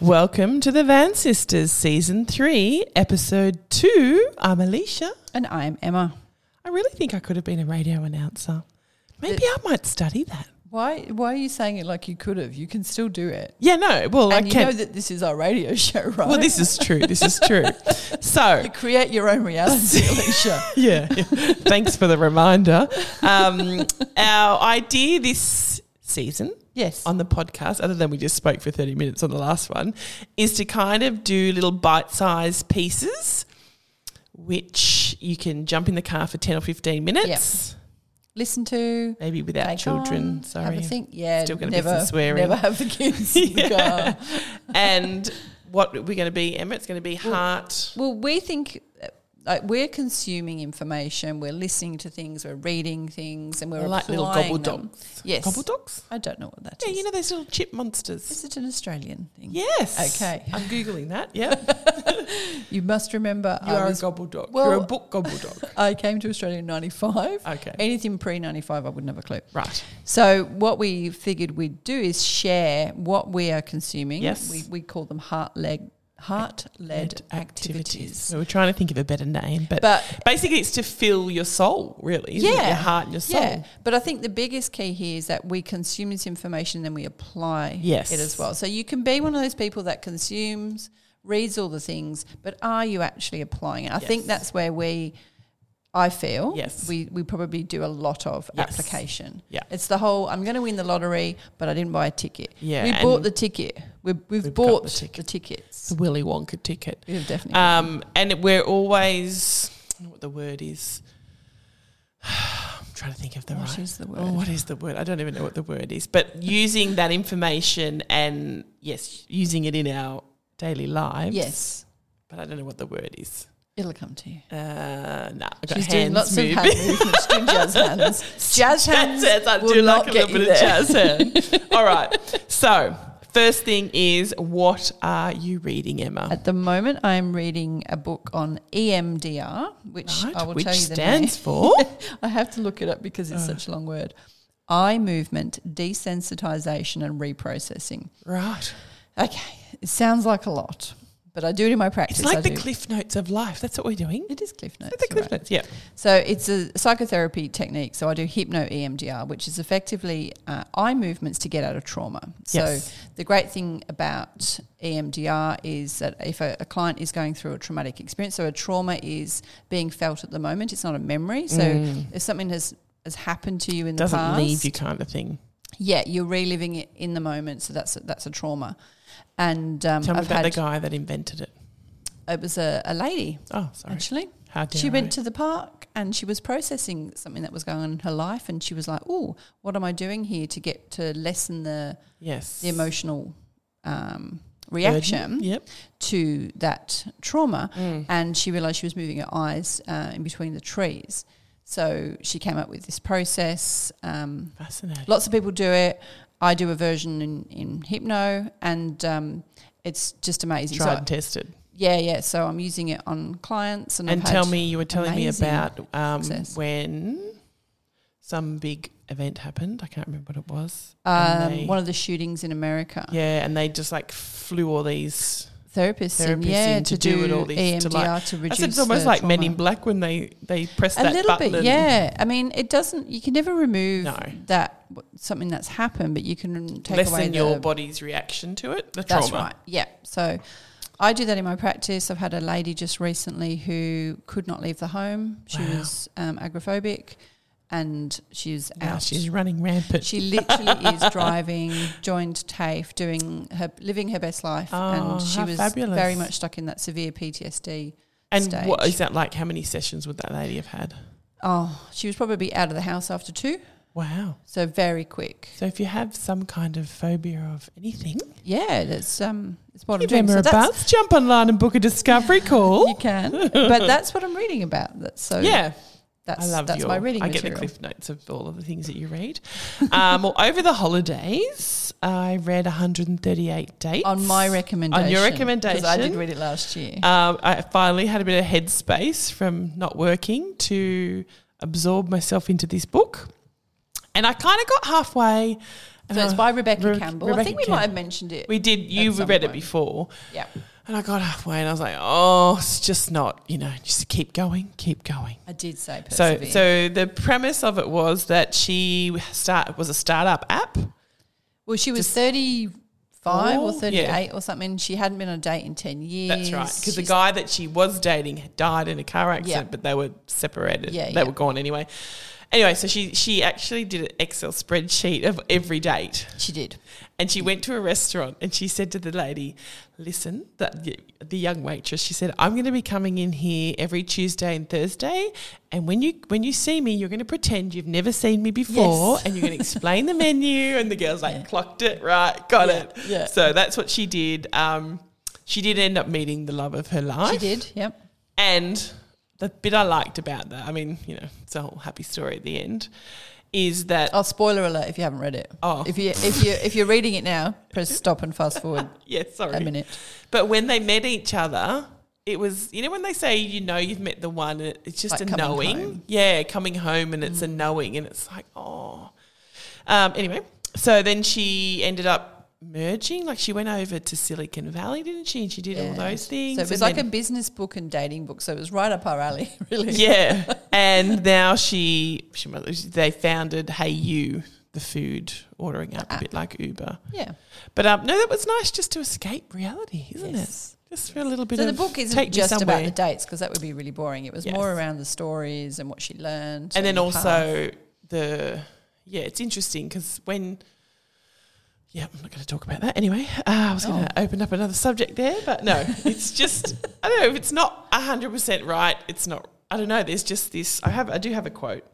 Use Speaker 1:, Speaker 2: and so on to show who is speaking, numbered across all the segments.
Speaker 1: Welcome to the Van Sisters, Season 3, Episode 2. I'm Alicia.
Speaker 2: And I'm Emma.
Speaker 1: I really think I could have been a radio announcer. Maybe I might study that.
Speaker 2: Why why are you saying it like you could have? You can still do it.
Speaker 1: Yeah, no. Well,
Speaker 2: and
Speaker 1: I
Speaker 2: you
Speaker 1: can.
Speaker 2: know that this is our radio show, right?
Speaker 1: well, this is true. This is true. so,
Speaker 2: you create your own reality, Alicia.
Speaker 1: yeah. yeah. Thanks for the reminder. Um, our idea this season
Speaker 2: Yes.
Speaker 1: on the podcast, other than we just spoke for 30 minutes on the last one, is to kind of do little bite sized pieces, which you can jump in the car for 10 or 15 minutes.
Speaker 2: Listen to
Speaker 1: Maybe without
Speaker 2: take
Speaker 1: children,
Speaker 2: on,
Speaker 1: sorry.
Speaker 2: Have a think. Yeah.
Speaker 1: Still gonna be
Speaker 2: never,
Speaker 1: some swearing.
Speaker 2: Never have the kids in the
Speaker 1: Yeah.
Speaker 2: car.
Speaker 1: and what we're going to be, Emma, it's going to be heart.
Speaker 2: Well, we think uh, like we're consuming information, we're listening to things, we're reading things, and we're
Speaker 1: like little
Speaker 2: applying
Speaker 1: gobble
Speaker 2: them.
Speaker 1: dogs.
Speaker 2: Yes.
Speaker 1: Gobble dogs?
Speaker 2: I don't know what that is.
Speaker 1: Yeah, you know those little chip monsters.
Speaker 2: is it an Australian thing?
Speaker 1: Yes.
Speaker 2: Okay.
Speaker 1: I'm Googling that. Yeah.
Speaker 2: You must remember
Speaker 1: You
Speaker 2: I
Speaker 1: are a
Speaker 2: was-
Speaker 1: gobble dog.
Speaker 2: well-
Speaker 1: You're a book gobble dog.
Speaker 2: I came to Australia in 95.
Speaker 1: Okay.
Speaker 2: Anything pre 95, I wouldn't have a clue.
Speaker 1: Right.
Speaker 2: So, what we figured we'd do is share what we are consuming.
Speaker 1: Yes.
Speaker 2: We, we call them heart led, heart led activities.
Speaker 1: We were trying to think of a better name, but,
Speaker 2: But
Speaker 1: basically it's to fill your soul, really. isn't it?
Speaker 2: Yeah.
Speaker 1: Your heart and your soul.
Speaker 2: yeah, but I think the biggest key here is that we consume this information and then we apply
Speaker 1: Yes.
Speaker 2: it as well. So, you can be one of those people that consumes, reads all the things, but are you actually applying it? I think
Speaker 1: Yes.
Speaker 2: that's where we. I feel
Speaker 1: Yes.
Speaker 2: we, we probably do a lot of
Speaker 1: Yes.
Speaker 2: application.
Speaker 1: Yeah.
Speaker 2: It's the whole I'm going to win the lottery, but I didn't buy a ticket.
Speaker 1: Yeah,
Speaker 2: we
Speaker 1: and-
Speaker 2: bought the ticket. We, we've,
Speaker 1: We've got
Speaker 2: bought
Speaker 1: the
Speaker 2: the,
Speaker 1: ticket. It's
Speaker 2: tickets.
Speaker 1: a Willy Wonka ticket.
Speaker 2: We have definitely.
Speaker 1: Um, and we're always, I don't know what the word is. I'm trying to think of the
Speaker 2: What
Speaker 1: right.
Speaker 2: is the
Speaker 1: Oh,
Speaker 2: word?
Speaker 1: what is the word? I don't even know what the word is. But using that information and yes, using it in our daily lives.
Speaker 2: yes,
Speaker 1: But I don't know what the word is.
Speaker 2: it'll come to you.
Speaker 1: Uh, nah, I got
Speaker 2: She's doing
Speaker 1: hands
Speaker 2: lots
Speaker 1: moving.
Speaker 2: of hand movements, doing jazz hands. Jazz hands.
Speaker 1: That's- I
Speaker 2: will
Speaker 1: do
Speaker 2: not
Speaker 1: like a
Speaker 2: get
Speaker 1: little
Speaker 2: you
Speaker 1: bit of
Speaker 2: there.
Speaker 1: jazz hand. All right. So first thing is, what are you reading, Emma?
Speaker 2: At the moment, I am reading a book on E EMDR, which
Speaker 1: Right,
Speaker 2: I will
Speaker 1: which
Speaker 2: tell you the
Speaker 1: stands Uh. for.
Speaker 2: name. I have to look it up because it's such a long word. Eye movement desensitization and reprocessing.
Speaker 1: right.
Speaker 2: Okay, it sounds like a lot, but I do it in my practice.
Speaker 1: It's like
Speaker 2: I
Speaker 1: the
Speaker 2: do.
Speaker 1: cliff notes of life. That's what we're doing.
Speaker 2: It is cliff notes.
Speaker 1: The
Speaker 2: you're
Speaker 1: cliff
Speaker 2: right.
Speaker 1: notes. Yeah.
Speaker 2: So it's a psychotherapy technique. So I do hypno E EMDR, which is effectively uh, eye movements to get out of trauma.
Speaker 1: Yes.
Speaker 2: So the great thing about E EMDR is that if a, a client is going through a traumatic experience, so a trauma is being felt at the moment. It's not a memory. So if something has has happened to you in
Speaker 1: Mm. Doesn't
Speaker 2: the past,
Speaker 1: leave you kind of thing.
Speaker 2: yeah, you're reliving it in the moment. So that's a, that's a trauma. And um,
Speaker 1: Tell me
Speaker 2: I've
Speaker 1: about the
Speaker 2: had
Speaker 1: guy that invented it.
Speaker 2: it was a, a lady
Speaker 1: Oh, sorry.
Speaker 2: actually.
Speaker 1: How dare
Speaker 2: She
Speaker 1: I?
Speaker 2: went to the park and she was processing something that was going on in her life, and she was like, "Oh, what am I doing here to get to lessen the
Speaker 1: yes
Speaker 2: the emotional
Speaker 1: Burden.
Speaker 2: um, reaction
Speaker 1: Yep.
Speaker 2: to that trauma?" And she realized she was moving her eyes uh, in between the trees, so she came up with this process. Um,
Speaker 1: Fascinating.
Speaker 2: lots of people do it. I do a version in, in hypno, and um, it's just amazing.
Speaker 1: Tried
Speaker 2: So,
Speaker 1: and tested.
Speaker 2: yeah, yeah. So I'm using it on clients, and,
Speaker 1: And
Speaker 2: I've
Speaker 1: tell
Speaker 2: had-
Speaker 1: me, you were telling me
Speaker 2: amazing
Speaker 1: about um,
Speaker 2: success.
Speaker 1: when some big event happened. I can't remember what it was. And they-
Speaker 2: um, one of the shootings in America.
Speaker 1: yeah, and they just like flew all these.
Speaker 2: Therapists, in,
Speaker 1: Therapists
Speaker 2: yeah,
Speaker 1: in to
Speaker 2: to,
Speaker 1: do
Speaker 2: do E
Speaker 1: it all these-
Speaker 2: EMDR
Speaker 1: to
Speaker 2: to,
Speaker 1: like- I
Speaker 2: reduce.
Speaker 1: said it's almost
Speaker 2: the
Speaker 1: like Men
Speaker 2: trauma.
Speaker 1: in Black when they they press
Speaker 2: A
Speaker 1: that
Speaker 2: little
Speaker 1: button.
Speaker 2: bit, yeah. I mean, it doesn't. You can never remove
Speaker 1: No.
Speaker 2: that w- something that's happened, but you can take
Speaker 1: Less
Speaker 2: away
Speaker 1: than your
Speaker 2: the,
Speaker 1: body's reaction to it. The
Speaker 2: That's
Speaker 1: trauma.
Speaker 2: right. Yeah. So I do that in my practice. I've had a lady just recently who could not leave the home. She
Speaker 1: Wow.
Speaker 2: was um, agoraphobic, and she was
Speaker 1: Now
Speaker 2: out.
Speaker 1: she's running rampant.
Speaker 2: She literally is driving, joined TAFE, doing her living her best life,
Speaker 1: Oh,
Speaker 2: and she
Speaker 1: how
Speaker 2: was
Speaker 1: fabulous.
Speaker 2: very much stuck in that severe PTSD.
Speaker 1: and what
Speaker 2: stage.
Speaker 1: is that like? How many sessions would that lady have had?
Speaker 2: Oh, she was probably out of the house after two,
Speaker 1: Wow.
Speaker 2: so very quick.
Speaker 1: So if you have some kind of phobia of anything,
Speaker 2: Yeah, that's um, it's what
Speaker 1: give
Speaker 2: I'm doing.
Speaker 1: Emma
Speaker 2: So
Speaker 1: a
Speaker 2: that's-
Speaker 1: buzz. Jump online and book a discovery
Speaker 2: you
Speaker 1: call.
Speaker 2: can, but that's what I'm reading about. That's so
Speaker 1: yeah,
Speaker 2: That's
Speaker 1: I love
Speaker 2: that's
Speaker 1: your,
Speaker 2: my reading
Speaker 1: I get
Speaker 2: material.
Speaker 1: the cliff notes of all of the things that you read. um, well, over the holidays, I read 138 dates
Speaker 2: on my recommendation, 'cause I
Speaker 1: recommendation.
Speaker 2: did read it last year.
Speaker 1: Um, I finally had a bit of headspace from not working to absorb myself into this book. And I kind of got halfway
Speaker 2: So it's by Rebecca
Speaker 1: Re-
Speaker 2: Campbell. I
Speaker 1: Rebecca
Speaker 2: think we might have mentioned it.
Speaker 1: We did. You
Speaker 2: Uh, some
Speaker 1: read it
Speaker 2: point.
Speaker 1: before.
Speaker 2: yeah.
Speaker 1: And I got halfway and I was like, oh, it's just not, you know, just keep going, keep going.
Speaker 2: I did say
Speaker 1: So,
Speaker 2: persevere.
Speaker 1: so the premise of it was that she start was a startup app.
Speaker 2: well, she was
Speaker 1: just-
Speaker 2: 35 or
Speaker 1: Oh, yeah.
Speaker 2: 38 or something. She hadn't been on a date in 10 years.
Speaker 1: That's right, because the
Speaker 2: She's-
Speaker 1: guy that she was dating had died in a car accident,
Speaker 2: Yeah.
Speaker 1: but they were separated.
Speaker 2: Yeah,
Speaker 1: they
Speaker 2: yeah.
Speaker 1: were gone anyway. Anyway, so she she actually did an Excel spreadsheet of every date.
Speaker 2: She did.
Speaker 1: And she went to a restaurant and she said to the lady, Listen, the, the young waitress, she said, I'm going to be coming in here every Tuesday and Thursday. And when you when you see me, you're going to pretend you've never seen me before
Speaker 2: Yes.
Speaker 1: and you're going to explain the menu. And the girl's like, Clocked it, right, got
Speaker 2: Yeah,
Speaker 1: it.
Speaker 2: yeah.
Speaker 1: So that's what she did. Um, she did end up meeting the love of her life.
Speaker 2: She did, yep.
Speaker 1: And the bit I liked about that, I mean, you know, it's a whole happy story at the end, is that
Speaker 2: Oh, spoiler alert! If you haven't read it,
Speaker 1: Oh.
Speaker 2: if you if you if you're reading it now, press stop and fast forward
Speaker 1: yeah, sorry.
Speaker 2: a minute.
Speaker 1: But when they met each other, it was you know when they say you know you've met the one, and it- it's just
Speaker 2: Like
Speaker 1: a
Speaker 2: coming
Speaker 1: knowing.
Speaker 2: home. Mm.
Speaker 1: Yeah, coming home, and it's a knowing, and it's like oh. Um, anyway, so then she ended up merging. Like she went over to Silicon Valley, didn't she? And she did all
Speaker 2: Yeah.
Speaker 1: those things.
Speaker 2: So it was
Speaker 1: and
Speaker 2: like
Speaker 1: then-
Speaker 2: a business book and dating book. So it was right up our alley, really.
Speaker 1: yeah. and now she, she they founded Hey You, the food ordering app, a
Speaker 2: app.
Speaker 1: bit like Uber.
Speaker 2: Yeah.
Speaker 1: But um, no, that was nice just to escape reality, isn't
Speaker 2: Yes.
Speaker 1: it? Just for a little bit
Speaker 2: So
Speaker 1: of
Speaker 2: the book
Speaker 1: take
Speaker 2: isn't
Speaker 1: me
Speaker 2: just about
Speaker 1: somewhere.
Speaker 2: the dates because that would be really boring. It was
Speaker 1: Yes.
Speaker 2: more around the stories and what she learned.
Speaker 1: and then
Speaker 2: the path.
Speaker 1: also the yeah, it's interesting because when yeah, I'm not going to talk about that anyway. Uh, I was going
Speaker 2: Oh.
Speaker 1: to open up another subject there, but no, it's just I don't know if it's not hundred percent right. It's not. I don't know. There's just this. I have. I do have a quote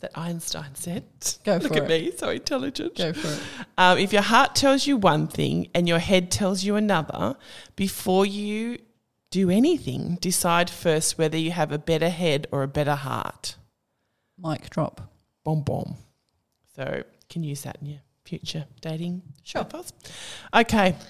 Speaker 1: that Einstein said.
Speaker 2: Go
Speaker 1: Look
Speaker 2: for
Speaker 1: at me, so intelligent.
Speaker 2: go for it.
Speaker 1: Um, if your heart tells you one thing and your head tells you another, before you do anything, decide first whether you have a better head or a better heart.
Speaker 2: Mic drop.
Speaker 1: Bomb bomb. So can use that in your future dating.
Speaker 2: Sure.
Speaker 1: profiles. Okay.
Speaker 2: What are we-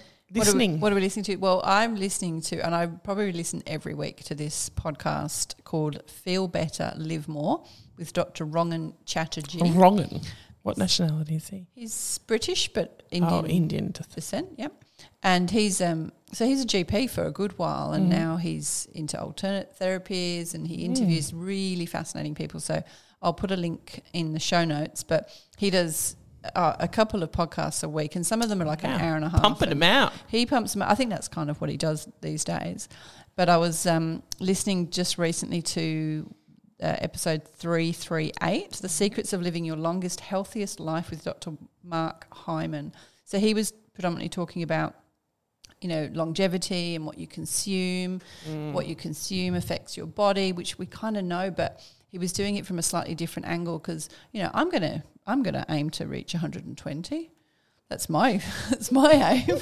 Speaker 1: Listening.
Speaker 2: What are, we, listening to? Well, I'm listening to, and I probably listen every week to this podcast called "Feel Better, Live More" with Dr. Rongan Chatterjee.
Speaker 1: Oh, Wrongin. What nationality is he?
Speaker 2: He's British, but
Speaker 1: Oh,
Speaker 2: Indian
Speaker 1: Indian.
Speaker 2: percent. Yep. And he's um so he's a GP for a good while, and now he's into alternate therapies, and he interviews really fascinating people. So I'll put a link in the show notes, but he does. Uh, a couple of podcasts a week, and some of them are like
Speaker 1: Wow.
Speaker 2: an hour and a half.
Speaker 1: Pumping
Speaker 2: and
Speaker 1: him out.
Speaker 2: he pumps them. out. I think that's kind of what he does these days. But I was um, listening just recently to uh, episode 338, The Secrets of Living Your Longest, Healthiest Life with Dr. Mark Hyman. So he was predominantly talking about, you know, longevity and what you consume, what you consume affects your body, which we kind of know, but he was doing it from a slightly different angle because, you know, I'm going to I'm going to aim to reach 120. That's my that's my aim.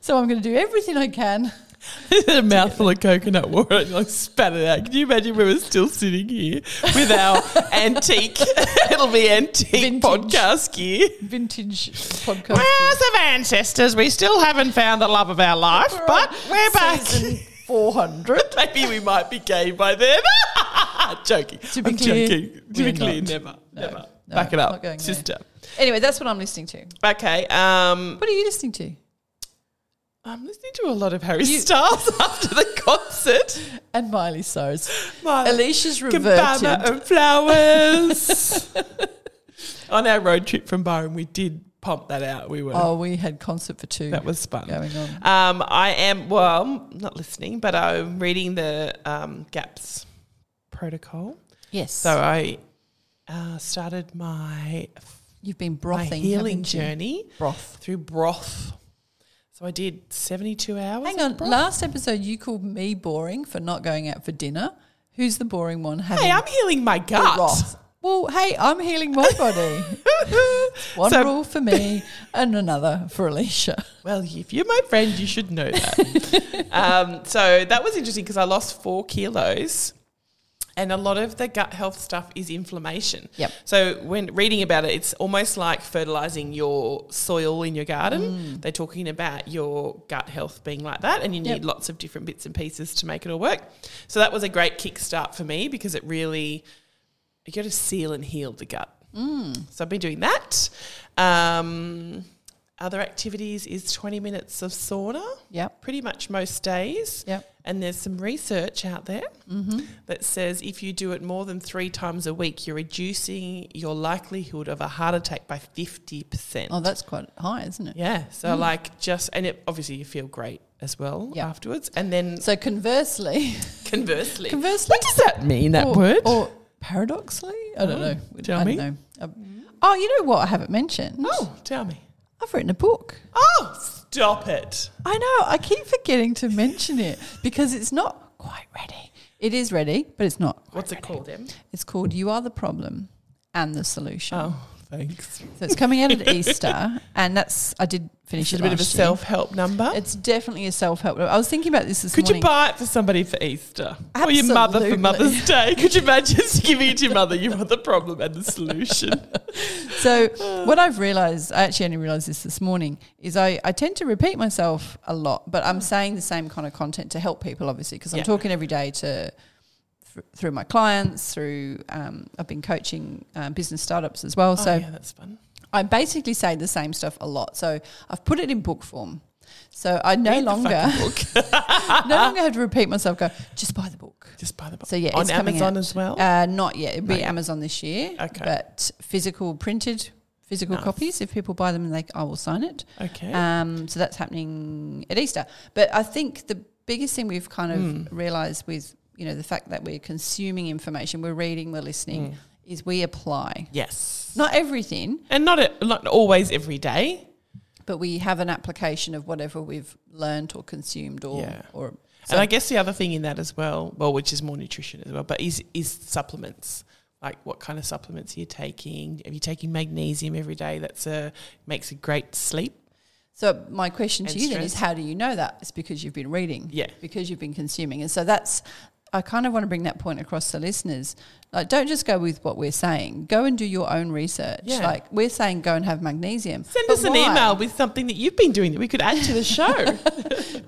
Speaker 2: so I'm going to do everything I can.
Speaker 1: a mouthful of coconut water and like spat it out. Can you imagine we were still sitting here with our antique, it'll be antique
Speaker 2: Vintage.
Speaker 1: podcast gear?
Speaker 2: Vintage podcast.
Speaker 1: Where's of ancestors? We still haven't found the love of our life, but we're back.
Speaker 2: Season 400.
Speaker 1: Maybe we might be gay by then. joking.
Speaker 2: To be
Speaker 1: I'm
Speaker 2: clear,
Speaker 1: joking. To be
Speaker 2: we're
Speaker 1: clear,
Speaker 2: not.
Speaker 1: never,
Speaker 2: No,
Speaker 1: never.
Speaker 2: no,
Speaker 1: Back it
Speaker 2: not
Speaker 1: up,
Speaker 2: going there.
Speaker 1: sister.
Speaker 2: Anyway, that's what I'm listening to.
Speaker 1: Okay. Um,
Speaker 2: What are you listening to?
Speaker 1: I'm listening to a lot of Harry
Speaker 2: You-
Speaker 1: Styles after the concert.
Speaker 2: And Miley Cyrus.
Speaker 1: My
Speaker 2: Alicia's
Speaker 1: Cabana
Speaker 2: reverted.
Speaker 1: and flowers. On our road trip from Byron, we did pump that out. We were
Speaker 2: Oh, we had concert for two
Speaker 1: that was fun.
Speaker 2: going on.
Speaker 1: Um, I am well, I'm not listening, but I'm reading the um, Gaps protocol.
Speaker 2: Yes.
Speaker 1: So I uh, started my
Speaker 2: you've been brothing.
Speaker 1: my healing
Speaker 2: haven't you?
Speaker 1: journey
Speaker 2: Broth.
Speaker 1: through broth. So I did 72 hours.
Speaker 2: Hang
Speaker 1: of
Speaker 2: on.
Speaker 1: broth.
Speaker 2: Last episode, you called me boring for not going out for dinner. Who's the boring one? Having
Speaker 1: Hey, I'm healing my gut.
Speaker 2: broth. Well, hey, I'm healing my body. One
Speaker 1: So-
Speaker 2: rule for me and another for Alicia.
Speaker 1: Well, if you're my friend, you should know that. um, so that was interesting because I lost four kilos, and a lot of the gut health stuff is inflammation.
Speaker 2: Yep.
Speaker 1: So when reading about it, it's almost like fertilizing your soil in your
Speaker 2: Mm.
Speaker 1: garden. They're talking about your gut health being like that, and you need
Speaker 2: Yep.
Speaker 1: lots of different bits and pieces to make it all work. So that was a great kickstart for me because it really you got to seal and heal the gut.
Speaker 2: Mm.
Speaker 1: So I've been doing that. Um, other activities is 20 minutes of sauna,
Speaker 2: Yep.
Speaker 1: pretty much most days.
Speaker 2: Yep.
Speaker 1: And there's some research out there
Speaker 2: Mm-hmm.
Speaker 1: that says if you do it more than three times a week, you're reducing your likelihood of a heart attack by 50%.
Speaker 2: Oh, Mm. that's quite high, isn't it?
Speaker 1: yeah. So, like, just, and it, obviously you feel great as well
Speaker 2: Yeah.
Speaker 1: afterwards. And then
Speaker 2: So conversely,
Speaker 1: conversely,
Speaker 2: conversely,
Speaker 1: does that mean, that
Speaker 2: or,
Speaker 1: word?
Speaker 2: or paradoxically, I don't
Speaker 1: Oh,
Speaker 2: know.
Speaker 1: tell
Speaker 2: I
Speaker 1: me.
Speaker 2: Don't know. Um, Oh, you know what? I haven't mentioned.
Speaker 1: oh, tell me.
Speaker 2: I've written a book.
Speaker 1: Oh, stop it.
Speaker 2: I know. I keep forgetting to mention it because it's not quite ready. It is ready, but it's not.
Speaker 1: What's it
Speaker 2: ready.
Speaker 1: called, Em?
Speaker 2: It's called "You Are the Problem and the Solution."
Speaker 1: Oh, thanks.
Speaker 2: So it's coming out at Easter, and that's I did
Speaker 1: It's
Speaker 2: finish it
Speaker 1: a bit of a
Speaker 2: last year.
Speaker 1: self help number.
Speaker 2: It's definitely a self help. I was thinking about this this
Speaker 1: Could you
Speaker 2: morning.
Speaker 1: buy it for somebody for Easter? Or your mother for
Speaker 2: Absolutely.
Speaker 1: Mother's Day? Could you imagine just giving it to your mother? You are the problem and the solution.
Speaker 2: so what I've realised, I actually only realised this this morning, is I, I tend to repeat myself a lot, but I'm saying the same kind of content to help people, obviously, because I'm
Speaker 1: Mm. Yeah.
Speaker 2: talking every day to th- through my clients, through um, I've been coaching um, business startups as well. so
Speaker 1: oh, yeah, that's fun.
Speaker 2: I basically say the same stuff a lot. So I've put it in book form. So I no
Speaker 1: Read the
Speaker 2: longer
Speaker 1: fucking book.
Speaker 2: no longer have to repeat myself. Go just buy the book.
Speaker 1: Just buy the book.
Speaker 2: So yeah,
Speaker 1: on
Speaker 2: it's coming
Speaker 1: Amazon
Speaker 2: out.
Speaker 1: as well.
Speaker 2: Uh, not yet. It'll
Speaker 1: Not
Speaker 2: be
Speaker 1: yet.
Speaker 2: Amazon this year.
Speaker 1: Okay.
Speaker 2: But physical printed physical
Speaker 1: Nice.
Speaker 2: copies. If people buy them, they I will sign it.
Speaker 1: okay.
Speaker 2: Um, so that's happening at Easter. But I think the biggest thing we've kind of
Speaker 1: Mm.
Speaker 2: realised with you know the fact that we're consuming information, we're reading, we're listening,
Speaker 1: Mm.
Speaker 2: is we apply
Speaker 1: yes.
Speaker 2: not everything,
Speaker 1: and not, a, not always every day.
Speaker 2: but we have an application of whatever we've learnt or consumed or
Speaker 1: Yeah.
Speaker 2: or
Speaker 1: and I guess the other thing in that as well, well, which is more nutrition as well, but is is supplements. Like what kind of supplements are you taking? Are you taking magnesium every day? That's a makes a great sleep.
Speaker 2: So my question to
Speaker 1: And
Speaker 2: you then is,
Speaker 1: stress.
Speaker 2: how do you know that? It's because you've been reading,
Speaker 1: Yeah.
Speaker 2: because you've been consuming, and so that's. I kind of want to bring that point across to listeners. Like, don't just go with what we're saying. Go and do your own research.
Speaker 1: Yeah.
Speaker 2: Like we're saying, go and have magnesium.
Speaker 1: Send
Speaker 2: But
Speaker 1: us an
Speaker 2: why?
Speaker 1: email with something that you've been doing that we could add to the show.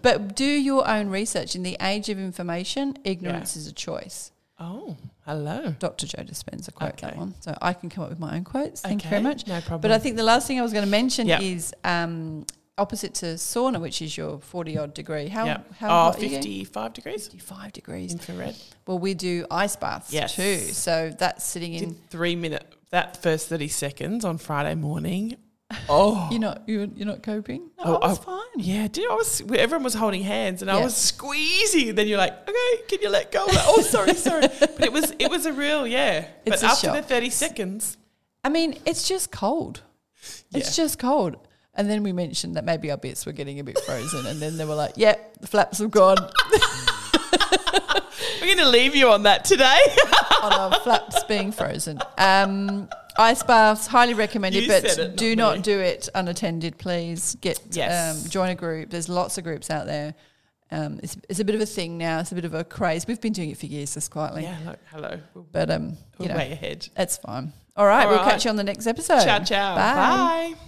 Speaker 2: But do your own research. In the age of information, ignorance is a choice.
Speaker 1: oh, hello.
Speaker 2: Dr. Joe Dispenza quote that
Speaker 1: Okay.
Speaker 2: one. So I can come up with my own quotes. Thank you very much.
Speaker 1: No problem.
Speaker 2: But I think the last thing I was going to mention
Speaker 1: Yeah.
Speaker 2: is um, opposite to sauna, which is your 40 odd degree. How,
Speaker 1: yeah.
Speaker 2: how
Speaker 1: oh,
Speaker 2: hot are you?
Speaker 1: 55 degrees
Speaker 2: 55 degrees.
Speaker 1: infrared.
Speaker 2: Well, we do ice baths
Speaker 1: Yes.
Speaker 2: too. So that's sitting in.
Speaker 1: Did three minute that first 30 seconds on Friday morning. Oh,
Speaker 2: You're not, you're, you're not coping?
Speaker 1: Oh,
Speaker 2: No, I was
Speaker 1: I-
Speaker 2: fine.
Speaker 1: yeah. Dude, I was. Everyone was holding hands, and I
Speaker 2: Yeah.
Speaker 1: was squeezing. Then you're like, okay, can you let go? I'm like, oh, sorry, sorry. But it was it was a real yeah.
Speaker 2: It's
Speaker 1: But
Speaker 2: a
Speaker 1: after
Speaker 2: shock.
Speaker 1: the 30 seconds,
Speaker 2: I mean, it's just cold. It's just cold. And then we mentioned that maybe our bits were getting a bit frozen. and then they were like, yeah, the flaps have gone
Speaker 1: we're going to leave you on that today.
Speaker 2: on our flaps being frozen. Um, ice baths, highly recommended,
Speaker 1: You
Speaker 2: but
Speaker 1: said it,
Speaker 2: do
Speaker 1: not
Speaker 2: not
Speaker 1: me.
Speaker 2: do it unattended, please. Get
Speaker 1: Yes.
Speaker 2: um, join a group. There's lots of groups out there. Um, it's, it's a bit of a thing now. It's a bit of a craze. We've been doing it for years, just quietly.
Speaker 1: yeah. Like, hello. We're,
Speaker 2: But um,
Speaker 1: we're
Speaker 2: you know,
Speaker 1: way ahead.
Speaker 2: that's fine. All right,
Speaker 1: All
Speaker 2: we'll
Speaker 1: right.
Speaker 2: catch you on the next episode.
Speaker 1: Ciao, ciao.
Speaker 2: Bye.
Speaker 1: Bye.